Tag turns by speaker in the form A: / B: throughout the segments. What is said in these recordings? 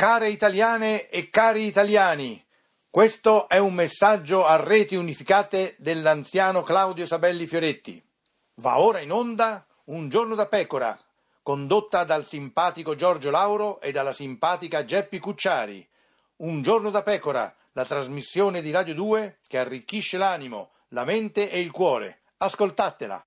A: Care italiane e cari italiani, questo è un messaggio a reti unificate dell'anziano Claudio Sabelli Fioretti. Va ora in onda Un giorno da pecora, condotta dal simpatico Giorgio Lauro e dalla simpatica Geppi Cucciari. Un giorno da pecora, la trasmissione di Radio 2 che arricchisce l'animo, la mente e il cuore. Ascoltatela.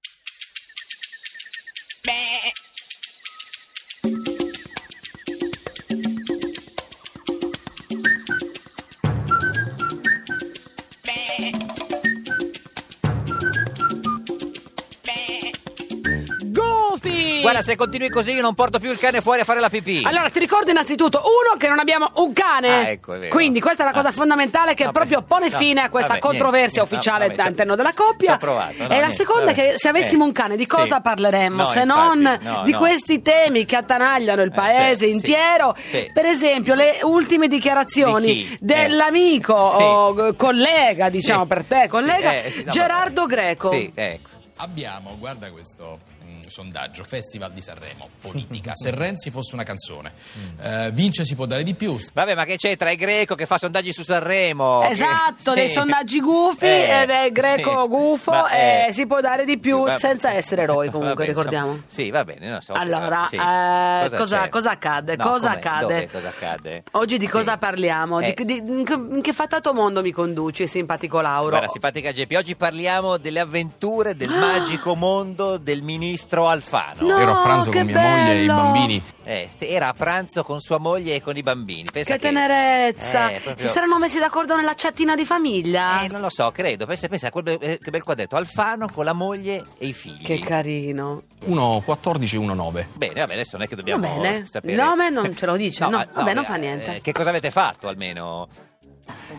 B: Goofy!
C: Guarda, se continui così io non porto più il cane fuori a fare la pipì.
B: Allora, ti ricordo innanzitutto, uno, che non abbiamo un cane.
C: Ah, ecco, è vero.
B: Quindi questa è la cosa
C: Ah.
B: fondamentale che
C: Vabbè,
B: proprio pone
C: no,
B: fine a questa
C: vabbè,
B: controversia
C: niente,
B: ufficiale
C: vabbè, ci ho-
B: all'interno della
C: ci
B: coppia.
C: ho provato, no,
B: e la
C: niente,
B: seconda è che
C: vabbè.
B: se avessimo
C: Eh,
B: un cane di
C: sì.
B: cosa parleremmo
C: No,
B: se
C: infatti,
B: non
C: no,
B: di
C: no.
B: questi temi che attanagliano il
C: Eh,
B: paese
C: sì, sì,
B: intero?
C: sì.
B: Per esempio, le ultime dichiarazioni
C: Di chi?
B: dell'amico
C: Eh, sì.
B: o eh, collega,
C: Sì,
B: diciamo per te,
C: sì,
B: collega
C: eh, sì, no,
B: Gerardo
C: vabbè.
B: Greco.
C: Sì, ecco.
D: Abbiamo, guarda questo mm, sondaggio, Festival di Sanremo, politica. Se Renzi fosse una canzone, eh, vince si può dare di più.
C: Vabbè, ma che c'entra? È greco che fa sondaggi su Sanremo. che-
B: Esatto,
C: sì.
B: dei sondaggi gufi
C: Eh,
B: ed è greco
C: sì.
B: gufo
C: Ma,
B: e
C: eh,
B: si può dare di più
C: va-
B: senza essere eroi
C: Va
B: comunque,
C: bene,
B: ricordiamo.
C: insomma, sì, va bene. non so,
B: Allora,
C: sì.
B: eh, cosa,
C: c'è?
B: cosa accade?
C: No,
B: cosa,
C: com'è?
B: accade?
C: Dove cosa accade?
B: Oggi di
C: Sì.
B: cosa parliamo? Di-
C: Eh,
B: di- in che- in che fatato mondo mi conduci, simpatico Lauro?
C: Guarda, simpatica Geppi, oggi parliamo delle avventure
B: Ah!
C: del magico mondo del ministro Alfano.
B: No,
D: Ero a pranzo
B: che
D: con mia moglie e i
B: bello!
D: bambini.
C: Eh, st- era a pranzo con sua moglie e con i bambini. Pensa
B: che tenerezza!
C: Eh, proprio-
B: Si saranno Ah. messi d'accordo nella chattina di famiglia?
C: Eh, non lo so, credo. Pensa, pensa a quel be- eh, che bel quadretto. Alfano con la moglie e i figli.
B: Che carino!
D: Uno 14 e uno 9.
C: Bene, vabbè, adesso non è che dobbiamo
B: Va bene.
C: sapere.
B: Il nome non ce lo dice, no,
C: ma-
B: vabbè, non fa
C: eh,
B: niente.
C: che cosa avete fatto almeno?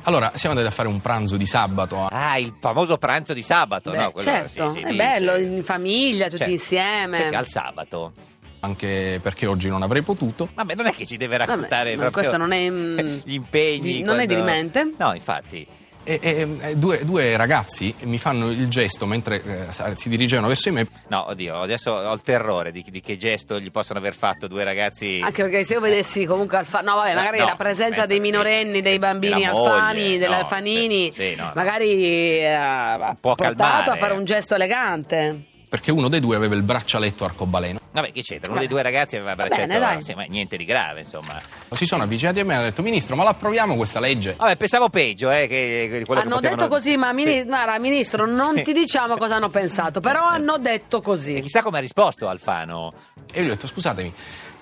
D: Allora, siamo andati a fare un pranzo di sabato.
C: Ah, il famoso pranzo di sabato,
B: Beh,
C: no? Quello-
B: certo,
C: sì, sì,
B: è
C: lì,
B: bello,
C: sì,
B: in
C: sì.
B: famiglia, tutti
C: Certo.
B: insieme.
C: Sì, sì, al sabato.
D: Anche perché oggi non avrei potuto.
C: Vabbè, non è che ci deve
B: Vabbè,
C: raccontare
B: no,
C: proprio
B: questo non è, mm,
C: gli impegni.
B: di- non è
C: quando-
B: dirimente.
C: No, infatti.
D: E, e, eh, due, due ragazzi mi fanno il gesto mentre eh, si dirigevano verso di me.
C: No, oddio, adesso ho il terrore di, di che gesto gli possono aver fatto due ragazzi.
B: Anche perché se io vedessi comunque Alfano, no vabbè,
C: Eh,
B: magari
C: no,
B: la presenza
C: pensa
B: dei
C: che-
B: minorenni, dei bambini
C: della moglie,
B: Alfani,
C: no,
B: degli Alfanini,
C: sì, sì, no, no.
B: magari eh, ha
C: può
B: portato a
C: calmare.
B: fare un gesto elegante.
D: Perché uno dei due aveva il braccialetto arcobaleno.
C: Vabbè, che c'entra? Uno
B: Vabbè.
C: dei due ragazzi aveva
B: Va
C: abbracciato.
B: bene, dai.
C: sì, ma niente di grave, insomma.
D: Si sono avvicinati a me e hanno detto: Ministro, ma l'approviamo questa legge?
C: Vabbè, pensavo peggio, eh. Che, che quello che
B: hanno
C: potevano-
B: detto così, ma mini-
C: Sì.
B: guarda, ministro, non
C: Sì. Eh.
B: ti diciamo cosa hanno pensato, però hanno detto
C: E
B: così.
C: chissà come ha risposto Alfano.
D: E io gli ho detto: Scusatemi,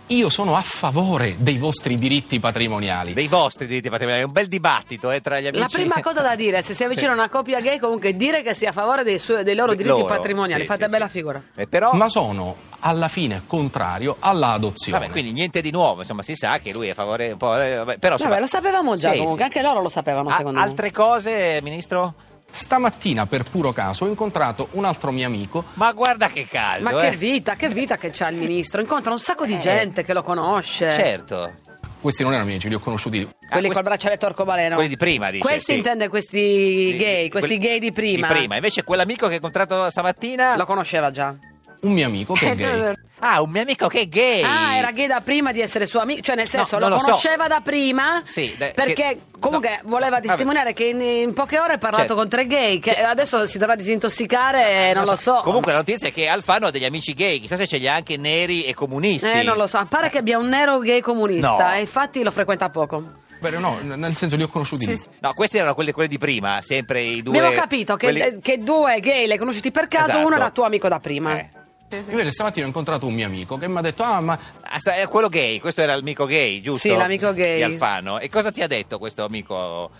D: io sono a favore dei vostri diritti patrimoniali.
C: Dei vostri diritti patrimoniali. Un bel dibattito eh, tra gli amici.
B: La prima cosa da dire, se si avvicina
C: Sì.
B: una coppia gay, comunque è dire che sia a favore dei, suoi- dei loro
C: De-
B: diritti
C: loro,
B: patrimoniali,
C: sì,
B: fate
C: sì,
B: bella
C: sì.
B: figura.
C: Eh, però.
D: Ma sono alla fine contrario alla adozione.
C: Vabbè, quindi niente di nuovo, insomma, si sa che lui è a favore un po'. eh, Vabbè, però, insomma-
B: Vabbè, lo sapevamo già
C: Sì,
B: comunque,
C: sì.
B: anche loro lo sapevano
C: A-
B: secondo me.
C: altre cose, ministro?
D: Stamattina, per puro caso, ho incontrato un altro mio amico.
C: Ma guarda che caso,
B: Ma che
C: eh.
B: vita, che vita che c'ha il ministro, incontra un sacco di
C: Eh,
B: gente che lo conosce.
C: Certo.
D: Questi non erano amici, li ho conosciuti.
B: Quelli
C: Ah, quest-
B: col braccialetto arcobaleno.
C: quelli di prima, dice,
B: Questi
C: sì.
B: intende questi
C: Di-
B: gay,
C: di-
B: questi
C: quelli-
B: gay di prima.
C: Di prima. Invece quell'amico che ho incontrato stamattina...
B: Lo conosceva già.
D: Un mio amico che è gay.
C: Ah, un mio amico che è gay.
B: Ah, era gay da prima di essere suo amico, cioè nel senso
C: non
B: lo
C: lo so.
B: conosceva da prima
C: Sì, de-
B: perché
C: che-
B: comunque
C: no.
B: voleva
C: Vabbè.
B: testimoniare che in, in poche ore ha parlato
C: Certo.
B: con tre gay, che
C: Sì.
B: adesso si dovrà disintossicare, eh, non lo so.
C: Comunque la notizia è che Alfano ha degli amici gay, chissà se ce li ha anche neri e comunisti.
B: eh, non lo so, pare che abbia un nero gay comunista
C: No.
B: e infatti lo frequenta poco.
D: Beh, no, n- nel senso li ho conosciuti lì.
C: No, questi erano quelli, quelli di prima, sempre i due.
B: Abbiamo capito che,
C: quelli-
B: che due gay le hai conosciuti per caso,
C: Esatto.
B: uno era tuo amico da prima.
C: Eh.
D: Invece stamattina ho incontrato un mio amico che mi ha detto: Ah, ma
C: Ah, sta- eh, quello gay, questo era l'amico gay, giusto?
B: Sì, l'amico gay.
C: Di Alfano. E cosa ti ha detto questo amico?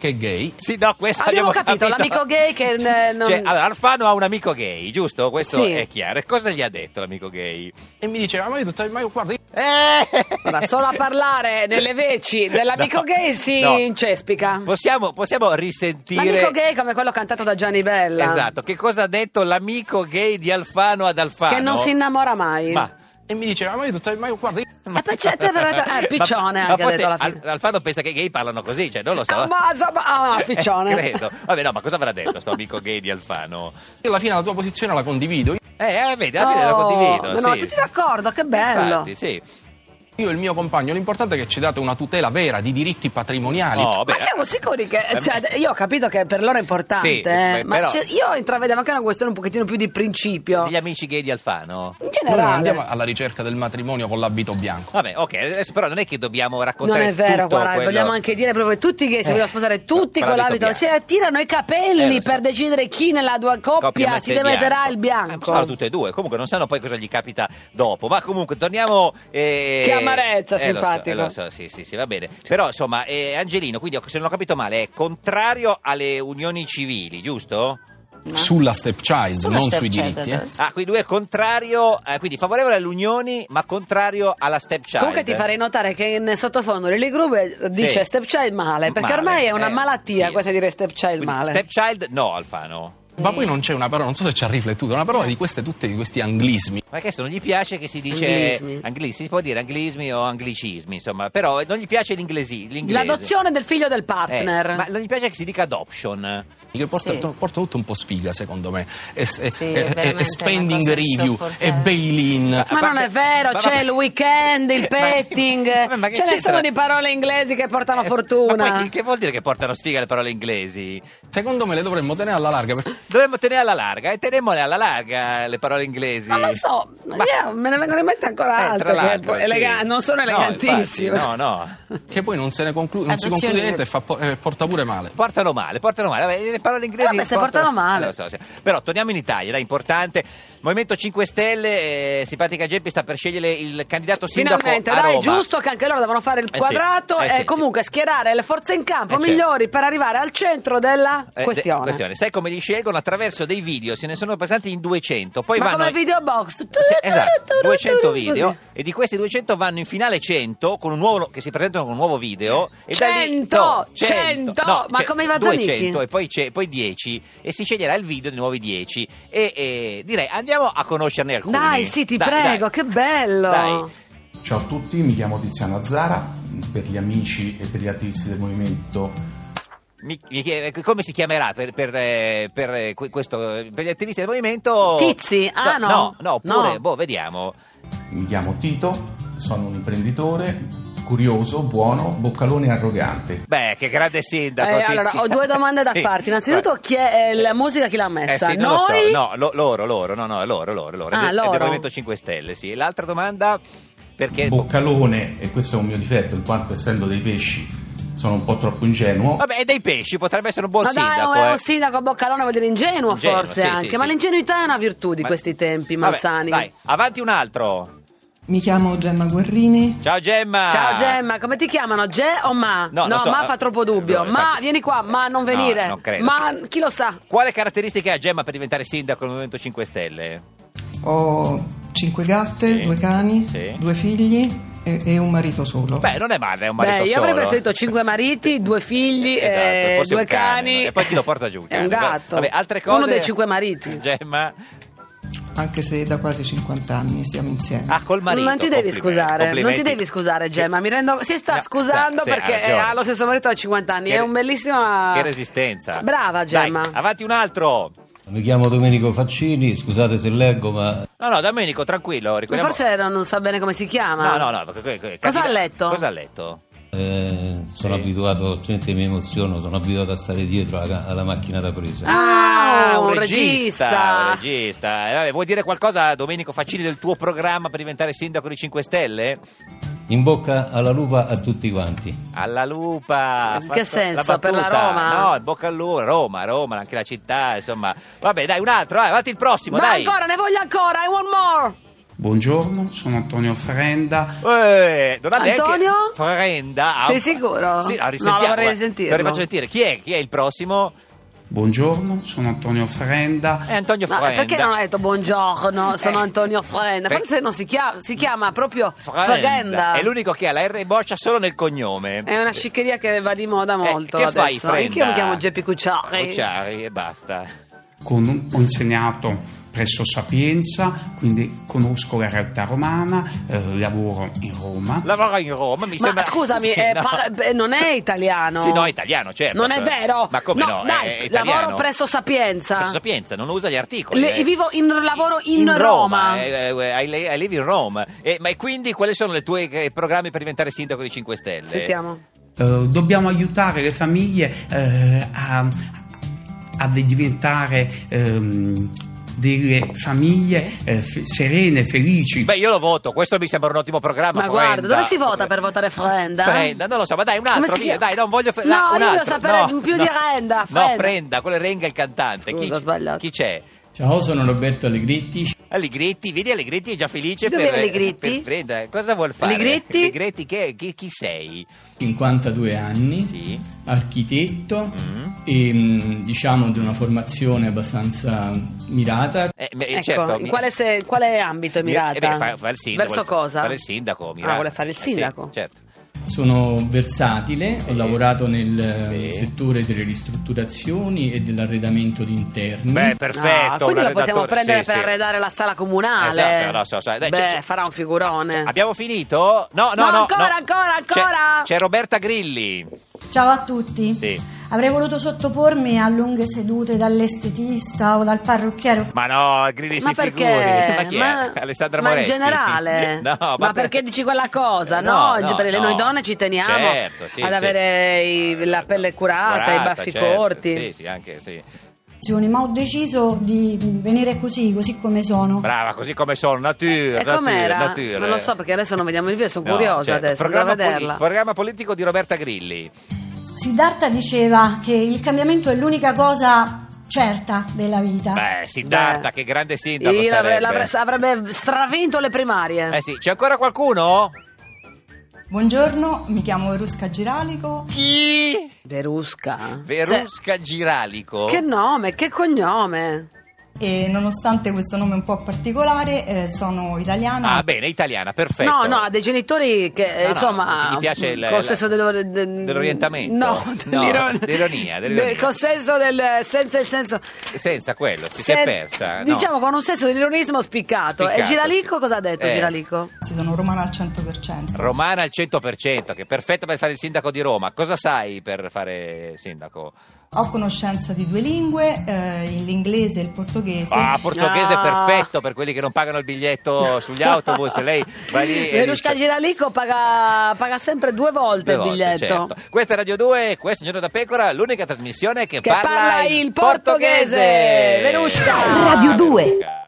D: che è gay?
C: Sì, no, questo
B: Abbiamo
C: abbiamo,
B: capito, l'amico gay che, eh, non-
C: Cioè, allora, Alfano ha un amico gay, giusto? Questo
B: Sì.
C: è chiaro. E cosa gli ha detto l'amico gay?
D: E mi diceva: Ma io, tutto- ma io guarda, io
C: Eh!
B: Ora, solo a parlare delle veci dell'amico
C: No,
B: gay si
C: no.
B: incespica.
C: Possiamo, possiamo risentire...
B: L'amico gay come quello cantato da Gianni Bella.
C: Esatto, che cosa ha detto l'amico gay di Alfano ad Alfano?
B: Che non si innamora mai.
C: Ma...
D: E mi diceva, ma io, tutto- ma io guarda, io
B: E poi c'è- te però- eh, piccione anche ha
C: forse
B: detto alla fine.
C: Al- Alfano pensa che i gay parlano così, cioè non lo so.
B: Ah, ma- so- ma- ah, piccione.
C: Eh, credo. Vabbè, no, ma cosa avrà detto sto amico gay di Alfano?
D: io alla fine la tua posizione la condivido.
C: Eh, eh, vedi, alla fine la
B: Oh,
C: condivido.
B: no,
C: sì.
B: tutti d'accordo, che bello.
C: Infatti, sì.
D: Io e il mio compagno, l'importante è che ci date una tutela vera di diritti patrimoniali.
C: No, vabbè.
B: Ma siamo sicuri che.
C: Oh, Eh,
B: Cioè, io ho capito che per loro è importante.
C: Sì,
B: eh,
C: beh,
B: ma
C: però-
B: c'è- io intravedevo anche una questione un pochettino più di principio.
C: Degli amici gay di Alfano?
B: In
D: Noi
C: Mm,
D: non andiamo
B: generale.
D: alla ricerca del matrimonio con l'abito bianco.
C: Vabbè, ok, adesso però non è che dobbiamo
B: Non
C: raccontare
B: è vero,
C: tutto
B: guarda,
C: quello-
B: vogliamo anche dire proprio che tutti che si vogliono sposare tutti
C: con
B: con
C: l'abito
B: l'abito, si
C: bianco.
B: attirano i
C: Eh,
B: capelli
C: lo so.
B: per decidere chi nella tua coppia,
C: mette
B: si metterà il
C: Eh, ma
B: bianco.
C: sono tutte e due, comunque non sanno poi cosa gli capita dopo. Ma comunque torniamo. eh,
B: Che amarezza,
C: eh, lo so,
B: simpatico.
C: eh, Lo so, sì, sì, sì, va bene. Però insomma, eh, Angelino, quindi se non ho capito male, è contrario alle unioni civili, giusto?
D: Sulla stepchild,
E: Sulla
D: non sui
E: stepchild,
D: diritti. eh.
E: adesso.
C: Ah, quindi lui è contrario, eh, quindi favorevole alle unioni, ma contrario alla stepchild.
B: Comunque ti farei notare che in sottofondo Lily Gruber dice
C: Sì.
B: stepchild male, perché
C: Male,
B: ormai è una
C: eh,
B: malattia
C: sì.
B: questa di dire stepchild
C: Quindi
B: male.
C: Stepchild no, Alfano.
D: Ma poi non c'è una parola, non so se ci ha riflettuto, una
E: Eh.
D: parola di queste tutte di questi anglismi.
C: Ma che se non gli piace che si dice
B: Anglismi.
C: angli- si può dire anglicismi o anglicismi, insomma, però non gli piace l'inglesi, l'inglese.
B: L'adozione del figlio del
C: Eh,
B: partner.
C: ma non gli piace che si dica adoption.
D: Che porta,
E: Sì.
D: to- porta tutto un po' sfiga, secondo me. E, e-
E: Sì,
D: e-
E: è
D: e- e
E: veramente una
D: spending
E: cosa
D: review, e
E: insopportabile.
D: bail-in.
B: Ma
C: A
B: non è
C: parte-
B: vero,
C: ma-
B: c'è
C: ma-
B: il weekend, il
C: Ma-
B: petting,
C: vabbè, ma che
B: ce ne
C: c'entra?
B: sono di parole inglesi che portano
C: Eh,
B: fortuna.
C: Ma poi che vuol dire che portano sfiga le parole inglesi?
D: Secondo me le dovremmo tenere alla larga. perché-
C: Dovremmo tenere alla larga e teniamole alla larga le parole inglesi.
B: Non lo so, io me ne vengono in mente ancora
C: Eh,
B: altre
C: tra
B: che
C: l'altro,
B: poi elega-
C: sì.
B: non sono
C: No,
B: elegantissime.
C: infatti, no, no.
D: Che poi non, se ne conclu- non si
E: Adozioni-
D: conclude niente e fa po- eh, porta pure male.
C: Portano male, portano male. Vabbè, le parole inglesi.
B: Eh, vabbè, se portano male.
C: Lo so, sì. Però torniamo in Italia, dai, importante. Movimento 5 Stelle, eh, simpatica Geppi sta per scegliere il candidato sindaco
B: Finalmente,
C: a
B: dai,
C: Roma.
B: giusto che anche loro devono fare il
C: Eh sì,
B: quadrato
C: eh
B: e
C: sì,
B: comunque schierare le forze in campo
C: Eh, certo.
B: migliori per arrivare al centro della
C: Eh, de-
B: questione.
C: Sai come li scelgono? Attraverso dei video, se ne sono passati in 200. Poi
B: Ma
C: vanno
B: come video box.
C: Sì, esatto, 200
B: Così.
C: video e di questi 200 vanno in finale 100 con un nuovo che si presentano con un nuovo video e da lì-
B: 100,
C: no,
B: 100, ma
C: cioè,
B: come i Vazzanicchi?
C: 200 e poi, c'è- poi 10 e si sceglierà il video dei nuovi 10 e, e direi andiamo a conoscerne alcuni.
B: Dai, sì, ti
C: Dai,
B: prego,
C: dai.
B: che bello.
C: Dai.
F: Ciao a tutti, mi chiamo Tiziano Azzara, per gli amici e per gli attivisti del movimento.
C: Mi- mi chiede- come si chiamerà per, per, eh, per, eh, que- questo, eh, per gli attivisti del movimento?
B: Tizi? Ah, no.
C: No, oppure,
B: No.
C: boh, vediamo.
F: Mi chiamo Tito, sono un imprenditore, curioso, buono, boccalone e arrogante.
C: Beh, che grande sindaco.
B: Eh,
C: Tizi.
B: allora, ho due domande da
C: Sì.
B: farti. Innanzitutto, chi è eh, la musica chi l'ha
C: Eh
B: messa?
C: sì, non
B: Noi?
C: lo so, no, lo- loro, loro, no, no, è loro, loro, loro.
B: Ah,
C: È de- È
B: loro.
C: del Movimento 5 Stelle, sì. L'altra domanda, perché...
F: Boccalone, e questo è un mio difetto, in quanto essendo dei pesci sono un po' troppo ingenuo.
C: Vabbè, è dei pesci, potrebbe essere un buon
B: Ma dai, oh,
C: sindaco.
B: è
C: eh.
B: un sindaco boccalone vuol dire ingenuo,
C: Ingenuo,
B: forse
C: sì, sì,
B: anche.
C: sì.
B: Ma l'ingenuità è una virtù di
C: Ma-
B: questi tempi
C: Vabbè,
B: malsani.
C: Dai, avanti un altro.
G: Mi chiamo Gemma Guerrini.
C: Ciao Gemma.
B: Ciao Gemma, come ti chiamano? Ge o Ma?
C: Ah. No, non so,
B: Ma
C: eh,
B: fa troppo dubbio.
C: eh,
B: ma
C: infatti-
B: vieni qua, ma non venire.
C: No, non credo.
B: Ma chi lo sa?
C: Quale caratteristica ha Gemma per diventare sindaco del Movimento 5 Stelle?
G: Ho cinque gatte,
C: Sì.
G: due cani,
C: Sì.
G: due figli e, e un marito solo.
C: Beh, non è male, è un
B: Beh,
C: marito
B: io
C: solo.
B: avrei preferito cinque mariti, due figli,
C: Esatto,
B: eh,
C: forse
B: due
C: un cane,
B: cani.
C: no? E poi chi lo porta giù un
B: E
C: cane?
B: Un gatto.
C: Vabbè, altre cose.
B: Uno dei cinque mariti.
C: Gemma.
G: Anche se da quasi 50 anni stiamo insieme.
C: Ah, col marito.
B: non ti devi
C: complimenti,
B: scusare, non ti
C: complimenti.
B: devi scusare, Gemma.
C: Che-
B: Mi rendo... Si sta
C: No,
B: scusando
C: sa- sì,
B: perché eh,
C: ragione.
B: ha lo stesso marito da 50 anni.
C: Che
B: è
C: re-
B: un bellissimo.
C: Che resistenza.
B: Brava, Gemma.
C: Dai, avanti un altro.
H: Mi chiamo Domenico Faccini, scusate se leggo, ma
C: No, no, Domenico, tranquillo.
B: Ma
C: Ricordiamo...
B: forse non non sa bene come si chiama.
C: No, no, no. co- co- co-
B: Cosa
C: candida-
B: ha letto?
C: Cosa ha letto?
H: eh, sono
C: Sì.
H: abituato, altrimenti mi emoziono, sono abituato a stare dietro alla, alla macchina da presa.
B: Ah, un
C: Un
B: regista.
C: regista. Eh, vabbè, vuoi dire qualcosa, Domenico Faccini, del tuo programma per diventare sindaco di 5 Stelle?
H: In bocca alla lupa a tutti quanti.
C: Alla lupa. ha
B: In che
C: fatto
B: senso? Per la
C: battuta.
B: Roma?
C: No, in bocca al lupo. Roma, Roma, anche la città, insomma. Vabbè, dai, un altro. Vai, avanti il prossimo,
B: Ma
C: dai.
B: ancora, ne voglio ancora. I want more.
I: Buongiorno, sono Antonio Frenda.
C: Eh, non ha neanche-
B: Antonio?
C: Frenda.
B: Sei sicuro?
C: Sì, ah,
B: No,
C: risentiamo.
B: lo vorrei
C: guarda.
B: sentirlo.
C: Lo rifaccio sentire. Chi è? Chi è il prossimo?
I: Buongiorno, sono Antonio Frenda.
C: È Antonio
B: Ma
C: Frenda.
B: perché non hai detto buongiorno? Sono
C: Eh.
B: Antonio Frenda.
C: Per-
B: Forse non si chiama, si chiama proprio
C: Frenda.
B: Frenda.
C: È l'unico che ha la R boccia solo nel cognome.
B: È una sciccheria che va di moda
C: Eh,
B: molto
C: che
B: adesso.
C: fai, Frenda? Oh, cioè,
B: Anch'io mi chiamo Geppi Cucciari.
C: Cucciari e basta.
I: Con un- ho insegnato presso Sapienza, quindi conosco la realtà romana, eh, lavoro in Roma.
C: Lavora in Roma, mi
B: Ma
C: sembra.
B: scusami,
C: Sì,
B: eh,
C: no.
B: parla- beh, non è italiano.
C: Sì, no, è italiano, certo.
B: Non è vero?
C: Ma come no?
B: dai,
C: è italiano.
B: lavoro presso Sapienza.
C: Presso Sapienza, non usa gli articoli.
B: Le-
C: eh.
B: vivo in- lavoro in Roma.
C: eh, eh, I, li- I live in Rome. Eh, ma e quindi quali sono i tuoi eh, programmi per diventare sindaco di 5 Stelle?
B: Sentiamo.
I: Eh, dobbiamo aiutare le famiglie eh, a, a diventare ehm, delle famiglie eh, fe- serene, felici.
C: Beh, io lo voto, questo mi sembra un ottimo programma.
B: Ma guarda,
C: Ah, Frenda.
B: dove si vota per votare Frenda?
C: Frenda, non lo so, ma dai, un
B: Come
C: altro
B: si
C: via,
B: chiama?
C: dai, non voglio. Fre-
B: No,
C: un
B: io voglio
C: altro,
B: sapere più di Renda,
C: No,
B: Frenda.
C: Frenda, quello è Renga il cantante.
B: Scusa,
C: chi,
B: ho sbagliato.
C: chi c'è?
E: Ciao, sono Roberto Allegritti.
C: Allegretti, vedi Allegretti è già felice
B: Dov'è
C: per,
B: Allegretti?
C: per Frenda. Cosa vuol fare?
B: Allegretti?
C: Allegretti, che, chi, chi sei?
E: 52 anni,
C: Sì.
E: architetto
C: Mm.
E: e mm, diciamo di una formazione abbastanza mirata.
C: Eh, beh,
B: Ecco,
C: certo,
B: in
C: mi-
B: quale, se- quale ambito è
C: mi-
B: mirata?
C: eh, beh, fa- fa il sindaco,
B: Verso
C: vuole-
B: cosa?
C: Fare il sindaco, Mirata.
B: Ah, vuole fare il
C: Eh sì,
B: sindaco. Mm.
C: certo.
E: Sono versatile, ho lavorato nel eh,
C: Sì.
E: settore delle ristrutturazioni e dell'arredamento di interni.
C: Beh,
B: Ah,
C: perfetto.
B: quindi
C: un
B: lo possiamo
C: arredatore,
B: prendere
C: sì,
B: per
C: sì.
B: arredare la sala comunale.
C: Esatto, no, so, so,
B: Beh,
C: dai, c'è- c'è-
B: farà un figurone.
C: Abbiamo finito? No, no, no.
B: No, ancora, ancora,
C: C'è-
B: ancora.
C: C'è, Roberta Grilli.
J: Ciao a tutti.
C: Sì.
J: Avrei voluto sottopormi a lunghe sedute dall'estetista o dal parrucchiere.
C: Ma no, Grilli
B: Ma
C: si
B: perché?
C: figuri. Ma chi è?
B: Ma-
C: Alessandra
B: ma in
C: Moretti.
B: generale?
C: no,
B: Ma
C: per-
B: perché dici quella cosa?
C: Eh,
B: No, perché noi donne ci teniamo
C: Certo, sì,
B: ad
C: sì. Ah,
B: avere i- la pelle curata, i baffi
C: certo,
B: corti.
C: Sì, sì, anche sì.
J: Ma ho deciso di venire così, così come sono.
C: Brava, così come sono, natura,
B: E
C: natura,
B: com'era?
C: natura.
B: Non lo so perché adesso non vediamo il video, sono
C: No,
B: curiosa
C: certo.
B: adesso,
C: Programma,
B: devo
C: poli-
B: vederla.
C: programma politico di Roberta Grilli.
J: Siddhartha diceva che il cambiamento è l'unica cosa certa della vita.
C: Beh, Siddhartha,
B: Beh.
C: che grande sindaco
B: Io
C: sarebbe.
B: l'avrei- l'avrei- avrebbe stravinto le primarie.
C: Eh sì, c'è ancora qualcuno?
G: Buongiorno, mi chiamo Rusca Giralico.
C: Chi?
B: Verusca.
C: Verusca Giralico.
B: Cioè, che nome, che cognome.
G: E nonostante questo nome un po' particolare, eh, sono italiana.
C: Ah, bene, italiana, perfetto.
B: No, no, ha dei genitori che eh,
C: No, no,
B: insomma. mm,
C: gli piace il-
B: col
C: la-
B: senso dello- de-
C: dell'orientamento.
B: No,
C: No,
B: dell'iron-
C: dell'ironia,
B: del-
C: dell'ironia.
B: Col senso del. senza il senso.
C: Senza quello, si, si
B: se-
C: è persa. no.
B: Diciamo con un senso dell'ironismo spiccato.
C: Spiccato,
B: e Giralico
C: sì.
B: cosa ha detto?
C: Eh.
B: Giralico?
G: Anzi, sono romana al 100%.
C: Romana al 100%, che è perfetta per fare il sindaco di Roma. Cosa sai per fare sindaco?
G: Ho conoscenza di due lingue, eh, l'inglese e il portoghese.
C: Ah, portoghese
B: Ah.
C: perfetto per quelli che non pagano il biglietto sugli autobus. Lei va lì e
B: Verusca
C: dice-
B: Giralico paga, paga sempre due volte
C: Due
B: il
C: volte,
B: biglietto.
C: certo. Questa è Radio 2, questo è Giorno da Pecora, l'unica trasmissione che,
B: Che parla il portoghese. Verusca.
C: Ah,
K: Radio 2.
C: Verusca.